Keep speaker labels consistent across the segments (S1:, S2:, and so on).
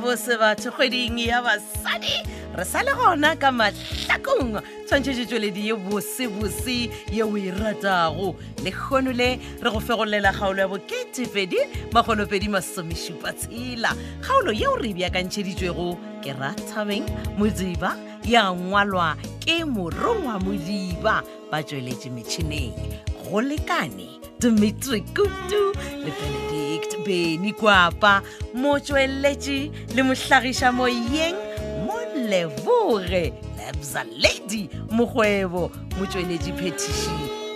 S1: bose batho kgweding ya basadi re sale gona ka mahlakong tshwantšhetše tsweledi ye bosebose ye o e ratago le kgono le re go fegolela kgaolo ya boketepedi magolopedi masomešupa tshela kgaolo yeo re e beakantšheditšwego ke rathabeng modiba ya e ngwalwa ke morongwa modiba ba tsweletše metšhineng go lekane dimitri kutu le benedict beny kwapa motsweletši le mohlagiša moyeng mo leboge lebza lady mokgwebo motsweletši phetiši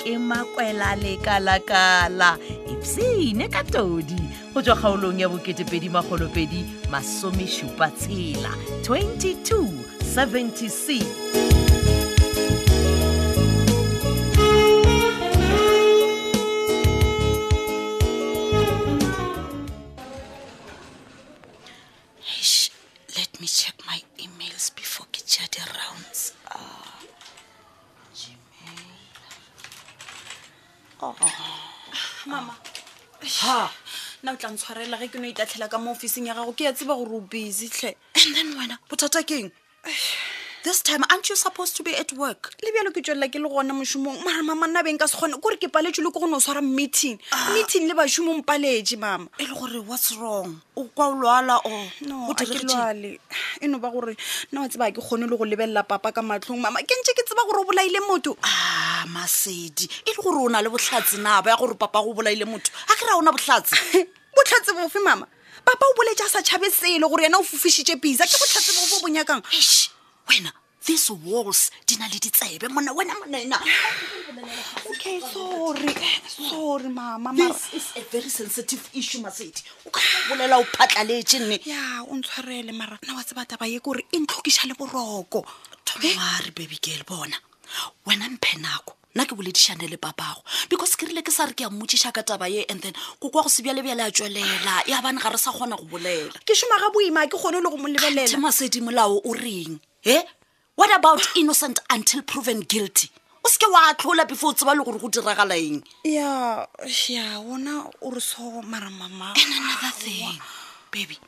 S1: ke makwela lekala-kala ipsene ka todi go tswa kgaolong ya boketepedi magolopedi masomešupa tshela 22 76
S2: Eish, let me check my emails before ke tšea di-rounds
S3: Ah, mama nna o tla ntshwarela ge ke no itatlhela ka mo officing ya gago ke ya tseba gore o busy tlhe
S2: and then wena bothata keng this time aren't you supposed to be at work
S3: le bjalo ke tswelela ke le gona mošomong mara mama nna beng ka se kgone kore ke paletswe le ko go ne o tshwara meeting meeting le bašomong paletse mama
S2: e le gore what's wrong o kwa o lwala or
S3: no
S2: go
S3: a ke
S2: diregetseng?
S3: lwale e no ba gore nna wa tseba ha ke kgone le go lebelela papa ka matlhong mama ke ntse ke tseba gore o bolaile motho
S2: ah masedi e le gore o na le botlhatse na ba ya gore papa go bolaile motho a ke ra ona botlhatse
S3: botlhatse bofe mama papa o boletse a sa tšhabe selo gore yena o fofišitše pisa ke botlhatse bofe o bonyakang
S2: Eish, wena these walls di na le ditsebe mona wena monena
S3: okay sorry sorry mama mara-
S2: this is a very sensitive issue masedi o ka bolela o phatlaletse nne
S3: ya o ntshwarele mara nna wa tseba taba ye ke gore e ntlhokiša le boroko
S2: tomare babykele bona wena mphe nako nna ke boledišane le papago because ke rile ke sa re ke a mmotsiša ka taba ye and then ko kwa go sebjalebjale a tswelela ya bane ga re sa kgona go bolela
S3: ke šoma ga boima ha ke kgone le go mo
S2: Athe
S3: lebelela
S2: masedi molao o reng e what about innocent until proven guilty o seke wa tlhola before o tseba le gore go diragala eng
S3: ya ya ona o re so mara mama
S2: and another thing baby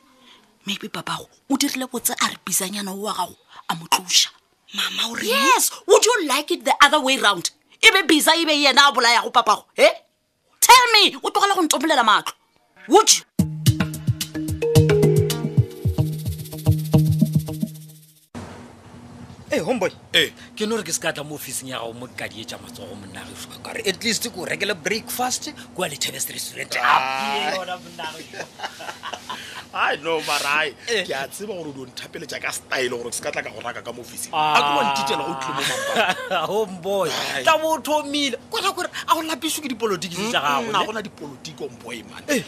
S2: maybe papago o dirile botse a re pisanyana o wa gago a mo tloša
S3: mama o re
S2: yes would you like it the other way round e be bisa e be yena a bolayago papago e tell me o tlogela go ntomolela matlho would you
S4: e homeboy
S5: ee ke no re ke se ka tla mo officing ya gago mo ke kadie tsa matsogo monnagefo
S4: kare at least ko rekele breakfast
S5: kua lethabes restaurant
S6: Ah. ai no marai
S5: Eh.
S6: ke a tseba gore o dio nthapeletša ka style gore ke se ka tla ka go raka ka mo officing
S5: Ah.
S6: a ke wantitela go tlile mo mampa
S5: homeboy
S6: Ai.
S5: Oh, tla bo o thomile kwela gore a go lapiswe ke dipolotiki
S6: nna
S5: tsa gago Eh.
S6: gona dipolotiko mboe mane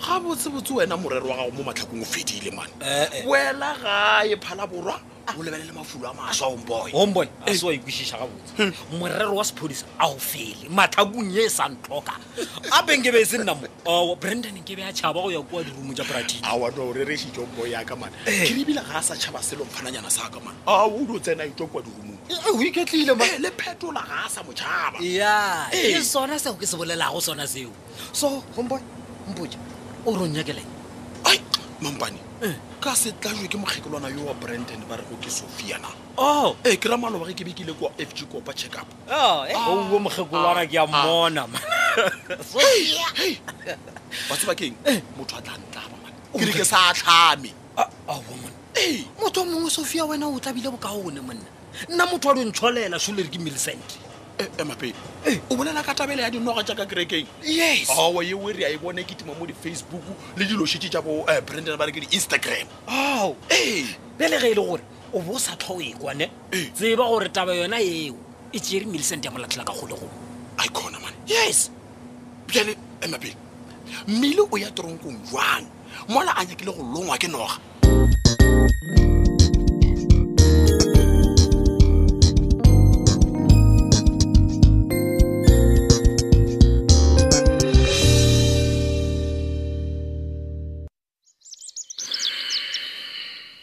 S6: ga botsebotse wena morero wa gago mo matlhakong o fedile mane
S5: Eh, eh.
S6: boela gae phala borwa o lebelele mafulo a maswa omboy
S5: homeboy Oh, a se wa ikwešiša gabotse Hmm. morero wa sephodisa a o fele mathakong ye e sa ntloka ape nke be e se nna mo Oh, brandon ke be a tšhaba go ya kua dirumo tša pratini
S6: awana o rerešitše omboy yaka mane
S5: Eh.
S6: ke lebile ga a sa tšhaba selo mfananyana sa ka mane a o dio tsena itlo kwa dirumong
S5: Ah, o iketlile
S6: Eh, le phetola ga a sa mo tšhaba
S5: ya
S6: Eh.
S5: ke sona seo ke se bolelago sona seo so homeboy mpotse o re o nyakeleng
S6: ai mampane
S5: Eh.
S6: ka se tlajwe ke mokgekolwana yo wa brandon ba rego ke sophia na
S5: o
S6: ee ke ramaloba ge ke bekile kwa f g kopa check up
S5: ouwe mokgekolwana ke a mmona man.
S6: Hei, wa tseba keng motho a tla ntlaba man. ke re ke sa tlhame
S5: Ah, aowa monna.
S6: ee
S5: motho o mongwe sophia wena o tlabile bokaone monna nna motho a dintšholela solere ke millicent
S6: emapele Eh. o bolela ka tabele ya dinoga jaaka kerekeng
S5: yes
S6: awa ye were a e bone ke tima mo di-facebook le dilositse tja bo eh, brandon ba re ke di-instagram
S5: ao
S6: ee
S5: bele ge e le gore o bo o sa tlho e kwane
S6: Eh.
S5: tseba gore taba yona eo e tšere millicent ya molatlhela ka kgolegolo
S6: a ikona mane
S5: yes
S6: bjale emapele mmele o ya toronkong jwang mola a nyakile go longwa ke noga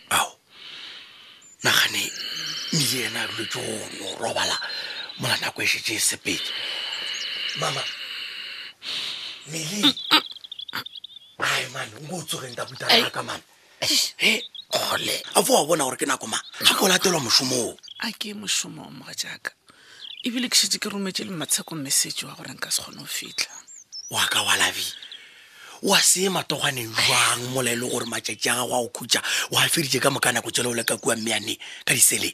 S6: ao nagane mmele ena a dilo ke go no robala mola nako e šetse e sepedi mama mele ai mane o ngo o tsogeng ka botaka mane kgole a fo wa bona gore ke nako ma ga ke o latelwa mošomong
S7: a ke mošomo moga jaaka ebile ke šetse ke rometse le matsheko message wa gore nka se kgone go fitlha
S6: wa ka wa labi wa see matogwane jwang mola e le gore matšatši a gago a go khutša wa feditše ka moka nako tsela o la ka kua mmeane ka diseleng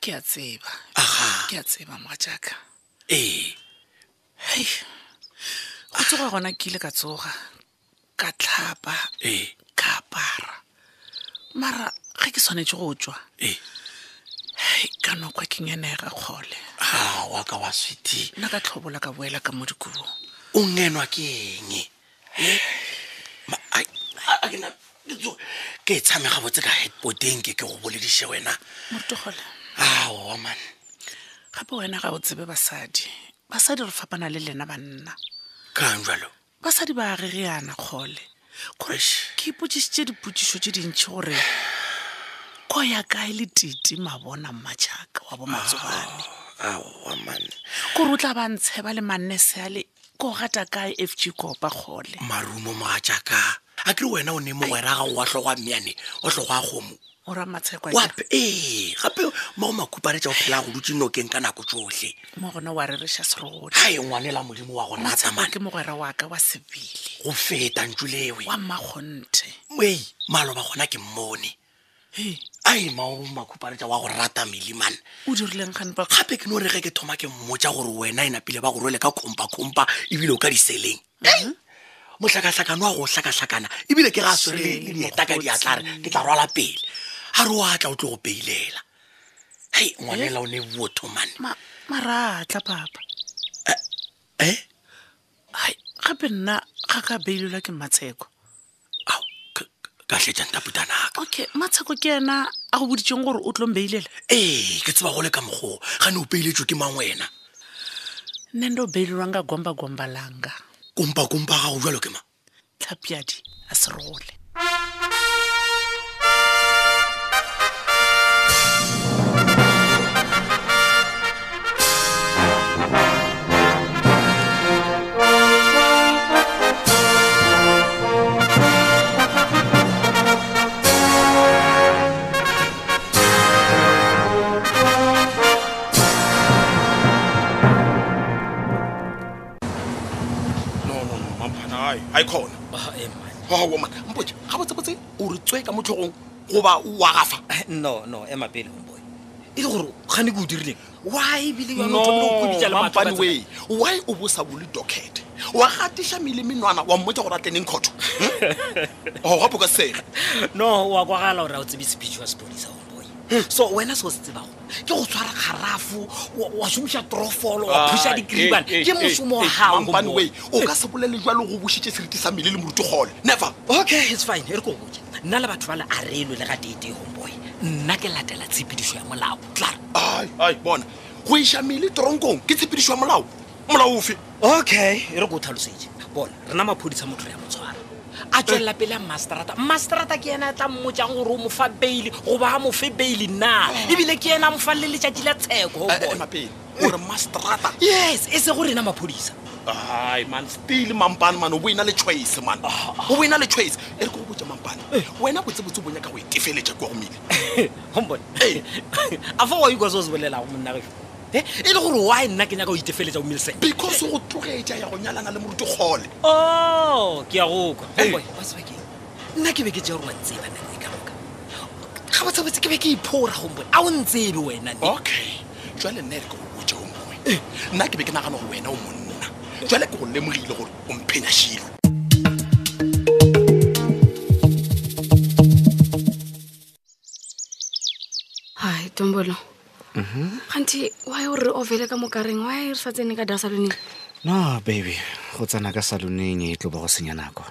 S7: ke a tseba
S6: Aha.
S7: ke a tseba moga jaaka
S6: ee
S7: hei go tsoga gona ke ile ka tsoga ka tlhapa
S6: ee
S7: ka apara mara ga ke tshwanetse go tswa
S6: ee
S7: hei ka nokwa ke ngenega kgole
S6: a Ah, wa ka wa swethi
S7: nna ka tlhobola ka boela ka mo dikubong
S6: o ngenwa ke eng Eh? Ma- ai, a- a ke na- ke tso- ke e tshamega botse ka headboteng ke ke go bolediše wena
S7: morutogole
S6: aowa man
S7: gape wena ga o tsebe basadi basadi re fapana le lena banna
S6: kang jalo
S7: basadi ba agegeana kgole gore ke ipotsisitse dipotsiso tse dintšhi gore ko ya kae le tite mabona mmatšhaka wa bomatsobane
S6: Ah, aowa man
S7: gore o tla ba ntsheba le mannese a le ko gata kae f g kopa kgole
S6: marumo moga jaaka a kere wena o ne mogwera gago wa tlhogo a mmeane wa tlhogo a kgomo
S7: o ramatsheko
S6: Wape- ee gape mao makupane tša go phela go dutse nokeng ka nako tsotlhe
S7: mo gona wa rereša serogole
S6: ga e ngwanela modimo wa gona a
S7: matsheko ke
S6: tsamane
S7: mogwera wa ka wa sebele
S6: go feta ntsolewe
S7: wa mmakgonthe
S6: ei maloba gona ke mmone
S7: Hei,
S6: ai mao makupane tša wa go rata melimane
S7: o dirileng ganpa
S6: gape ke no re ge ke thoma ke mmotsa gore wena e napile ba go rwele ka kompa-kompa ebile o ka diseleng Ei, mohlakahlakano wa go hlakahlakana ebile ke ga a swere le
S7: Shame,
S6: dieta ka diatlare ke tla rwala pele ga re o atla o tlo go peilela hei ngwanela o ne botho mane
S7: maratla papa
S6: e
S7: ai gape nna ga ka beilelwa ke matsheko
S6: ao katlhetsang taputanaka
S7: okay matsheko ke ena a go boditseng gore o tlo mbeilela
S6: ee ke tseba go le ka mokgoo ga ne o peiletso ke mang wena
S7: nne nde o beilelwang ka gomba-gomba langa
S6: kompa-kompa gago jalo ke mang
S7: tlhapiadi a se role
S6: no no no mamphana ai ai khona
S5: Ah, eh,
S6: awo man mpoe ga botsebotse o re tswe ka motlhogong goba o wa gafa
S5: no no ema pele homeboy e le gore gane ke o dirileng
S6: wa ebile
S5: No, mampane
S6: way wy o bosa bole docket wa gatiša mele menwana wa mmotsa gore a tleneng kgotho o gapo ka sege
S5: no wa kwagala gore a o tsebe sepitše wa sepodisa homeboy so wena se o se tsebago ke go tshwara kgarafu wa- wa somiša torofolo wa phuša dikribane ke mosomo wa oh gago
S6: mampane way
S5: homeboy.
S6: o ka se bolele jalo go bošitše seriti sa mele le moruti gole never
S5: okay its fine e re ko boja nna le batho ba le a reelwe le ga tete homeboy nna ke latela tshepediso ya molao tlare
S6: ai ai bona go iša mele toronkong ke tshepedišo ya molao molao ofe
S5: okay e re ko o tlhalosetse bona rena maphodisa motho ya motshwara a tswelela pele ya maseterata maseterata ke ena a tla mmotsang gore o mo fa beile goba a mo fe beile na ebile ke ena a mo fang le letšatši la tsheko
S6: e, Eh,
S5: ho bona.
S6: emapele gore mastrata
S5: yes e se go rena maphodisa
S6: ai man still mampane man o bo ena le choice man
S5: Ah,
S6: o bo ena le choice e re ke go botse mampane
S5: Eh.
S6: wena botsebotse o bonyaka go e tefeletša kwa go mele
S5: gombone
S6: Ee.
S5: a fa wa ikwa se o se bolelago monna ge e e le gore wa nna ke nyaka o itefeletsa o milsen
S6: because go tlogetša ya go nyalana le moruti kgole
S5: o Oh, ke ya go kwa Homeboy, wa tseba keng? nna ke be ke jea gore wa ntseba nane ka moka ga botsebotse ke be ke iphora gombone a o ntsebe wena ne.
S6: okay jale nna e re ke go botse o mongwe nna ke be ke nagana gore wena o monna jale ke go lemogile gore o mphenya šilo
S8: hai tombolo kganthi wae ore o vele ka mokareng wae re sa tsene ka dasaloneng
S9: no baby go tsena ka saloneng e tlo ba go senya nako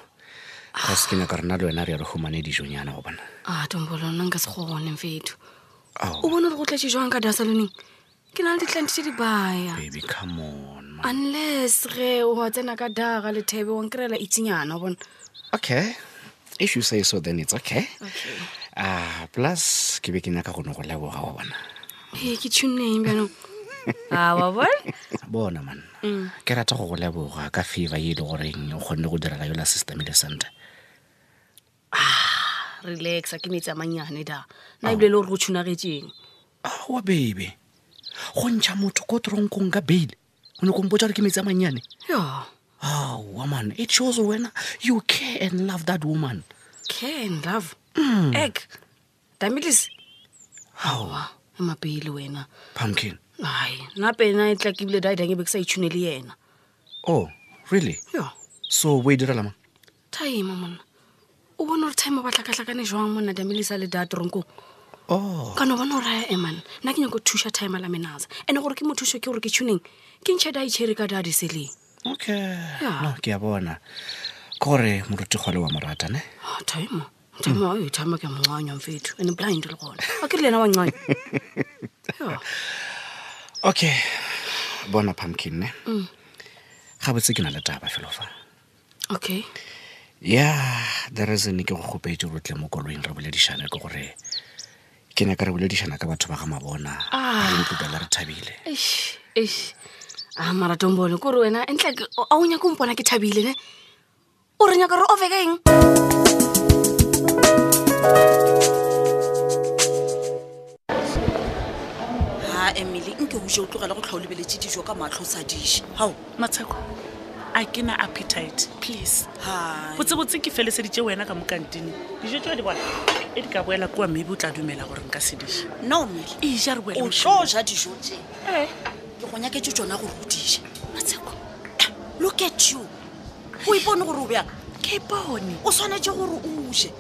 S9: ga se ke nyaka rena le wena re ya re humane dijonyana go bona
S8: a tombolo nna nka se gone mfetho
S9: Ao.
S8: o bone gore go tletse jwang ka dasaloneng ke na le ditlanti tse di baya
S9: baby come on man.
S8: unless ge wa tsena ka daga lethebe wa nkerela itsenyana o bona
S9: okay if you say so then it's okay ah plus ke be ke nyaka go ne go leboga go bona
S8: ee ke tunneng bjanong a wa bone
S9: bona man ke rata go go leboga ka favor e e le goreng o kgonne go direla yola system le center
S8: relaxa ke metsi a mannyane da nna ebile le gore go tshunagetseng
S9: awa bebe go ntšha motho ko tronkong ka baile o ne kompotsa gore ke metsi a mannyane
S8: ya
S9: awa man it shows wena you care and love that woman
S8: can love ek damilis awa emapeile wena
S9: pumpkin
S8: ai nna pena e tla ke ebile daidang e be ke sa itshune le yena
S9: oh really
S8: ya
S9: so o e direla mang
S8: time monna o bone gore time ba tlhakatlhakane jwang monna damilis a le da toronkong
S9: oh
S8: kana bona gore aya eman nna ke nyako thuša time la menatsa and-e gore ke mothuso ke gore ke tshuneng ke ntšhe da itšhere ka da diseleng
S9: okay
S8: Yeah.
S9: no ke a bona ke gore morutikgole wa morata ne
S8: time time ayo time ke mncanya mfethu and blind le gona a ke rile yena wa ncanya Ya.
S9: okay bona pumpkin ne ga botse ke na le taba felofa
S8: okay
S9: ya the reason ke go gopetse gore o tle mo koloing re boledišana ke gore ke nyaka re boledišana ka batho ba ga mabona
S8: Ah.
S9: ba ntlokela re thabile
S8: eish eish a maratombone kore wena entle ke- o- a o nyaka ompona ke thabile ne o re nyaka re ofe ka eng
S2: ha emily nke oje o tlogela go tlha o lebeletse dijo ka matlho o sa diše gao
S7: matsheko a ke na appetite please botsebotse ke feleseditse wena ka mo kantine dijo tseo di bona e di ka boela kua maybe o tla dumela gore nka se diše
S2: no mmele
S7: eja re boele
S2: o
S7: mošomong.
S2: tlo ja dijo tse ke go nyaketse tsona gore o dije matsheko Eh, look at you o ipone gore o bjang
S7: ke bone
S2: o tshwanetse gore o je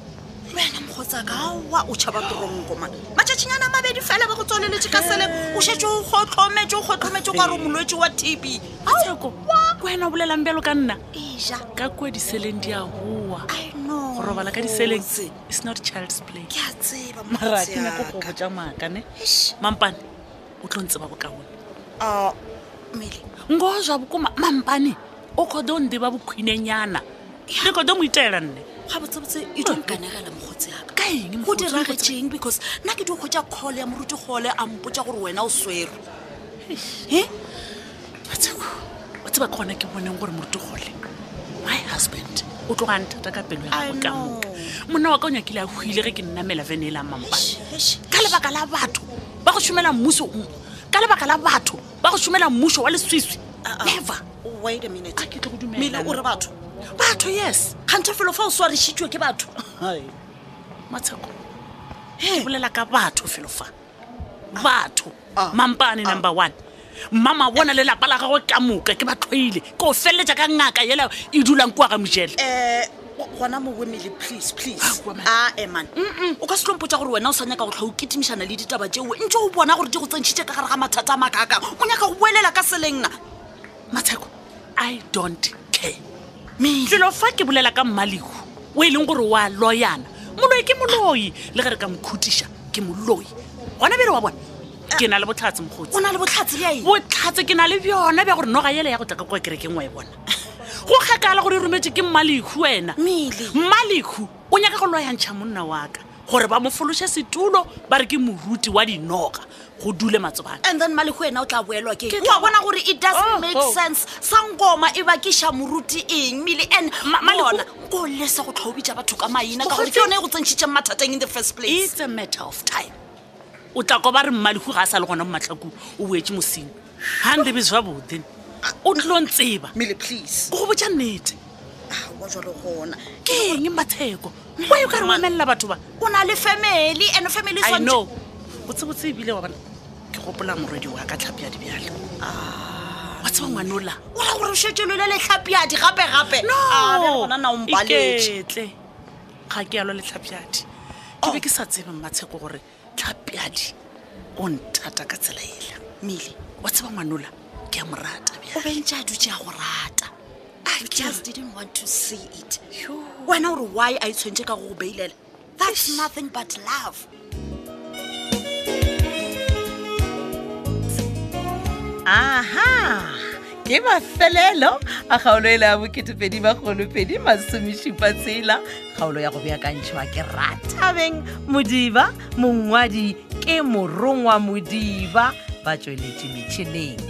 S2: wena mokgotsa ka oa o tšhaba toronko ma matšatšhinyana a mabedi fela ba go tswaleletse ka sele o shetse o gotlhometse o gotlhometse o ka re o molwetse wa tb
S7: matsheko ke wena o bolelang bjalo ka nna
S2: eja
S7: ka kua diseleng di a goa
S2: i know
S7: go robala ka diseleng
S2: mokgotse.
S7: is not child's play
S2: ke a tseba
S7: mara ke e nyako go
S2: mokgotse
S7: botja maakane
S2: Eish.
S7: mampane o tlo ntseba bokaone
S2: yaka. Ah, mmele
S7: ngo zwa vhukuma mampani u khou ḓo nnḓivha vhukhwinenyana ndi khou ḓo mu itela nne
S2: ga botsebotse e tlo nkanegela mokgotse yaka
S7: Ka eng,
S2: go
S7: mokgotsi?
S2: diragetseng because nna ke dikgo tja kgole ya moruti kgole a mpotsa gore wena o swerwe e
S7: matsheko o tseba ke gona ke boneng gore morutigole my husband o tloga nthata ka pelo
S2: I
S7: yaka
S2: know.
S7: moka monna wa ka o nyakile a hwile ge ke nnamela vene e lang mampane ka lebaka la batho ba go šomela mmuso o ka lebaka la batho ba go šomela mmuso wa leswiswi
S2: Uh-uh.
S7: never
S2: Oh, wait a minute
S7: a ke tle go
S2: mmele o re
S7: dumela
S2: batho
S7: batho yes
S2: kgantho felo fa o swarešitwe ke batho
S7: matsheko ke bolela ka batho felofa batho mampane number one mama bona lelapa la gagwe ka moka ke ba tlhoile ke o feleletsa ka ngaka ela e dulang kua ga mojele
S2: um gona mowe mmele please eh,
S7: Ah,
S2: please
S7: kwa man.
S2: a eman o ka se tlompotsa gore wena o sa nyaka go tlha o kitimišana le ditaba tseo ntse o bona gore di go tsentšhitše ka gare ga mathata a makakang o nyaka go boelela ka seleng na
S7: matsheko i don't care felo fa ke bolela ka mmalego o e leng gore oa loyana moloi ke moloi le ge re ka mokhutiša ke moloi gona bere wa bona ke na le botlhatse mogotsi
S2: o na le botlhatse le a eng
S7: botlhatse ke na le bjona bja gore noga ele ya go tla ka kwa kerekeng wa e bona go kgakala gore e rometse ke mmalekhu wena
S2: Mmele.
S7: mmalekhu o nyaka go loyantšha monna wa ka gore ba mo foloshe setulo ba re ke moruti wa dinoga go dule matsobana
S2: and then malego ena o tla boelwa ke eng?
S7: Ke tla-
S2: wa bona gore it
S7: Oh,
S2: doesn't make
S7: oh.
S2: sense sankoma e bakiša moruti eng mmele and
S7: Ma- Malekhu-
S2: bona ko lesa go tlhaobitsa batho ka maina ka gore
S7: Mokgotsi.
S2: ke yone e go tsentšhitšeng mathateng in the first place
S7: it's a matter of time o tla ko ba re mmalekhu ga a sa le gona mo matlhakong o boetse mosimo ga ndebe zwabodin o tlilo ntseba
S2: mmele please
S7: o go botja nnete Ah,
S2: wa jalo gona
S7: ke eng matsheko o e ka re o emelela batho ba
S2: o na le family and family
S7: i
S2: swanetse-
S7: know botsebotse ebile wa bona ke gopola morwedi wa ka tlhapi ya dibjale Ah. wa tseba ngwanola
S2: o ra gore o šetšelo le letlhapiadi gape-gape Ah, bjale gona na o mpaletše
S7: Oh, iketle Oh. ga ke yalo le tlhapiadi ke be ke sa tsebeng matsheko gore tlhapiadi o nthata ka tsela ela
S2: mmele
S7: wa tseba ngwanola ke a morata
S2: o
S7: bjale
S2: bentse a dutse a go rata i just didn't want to see it wena gore why a e tshwentse ka go go beilela that's nothing but love
S1: aha ke mafelelo a kgaolo e le ya bokete2edi magolopedi masomešupa tsela kgaolo ya go beakantšhwa ke ratabeng modiba mongwadi ke morongwa modiba ba tsweletše metšhineng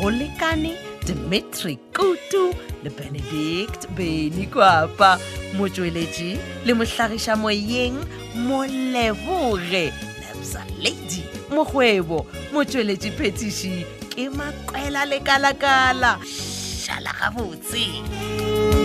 S1: go lekane dimitri kutu le benedict beny kwapa motsweletši le mohlagiša moyeng moleboge lebza lady mokgwebo motsweletši phetiši ke makwela lekalakala šala gabotse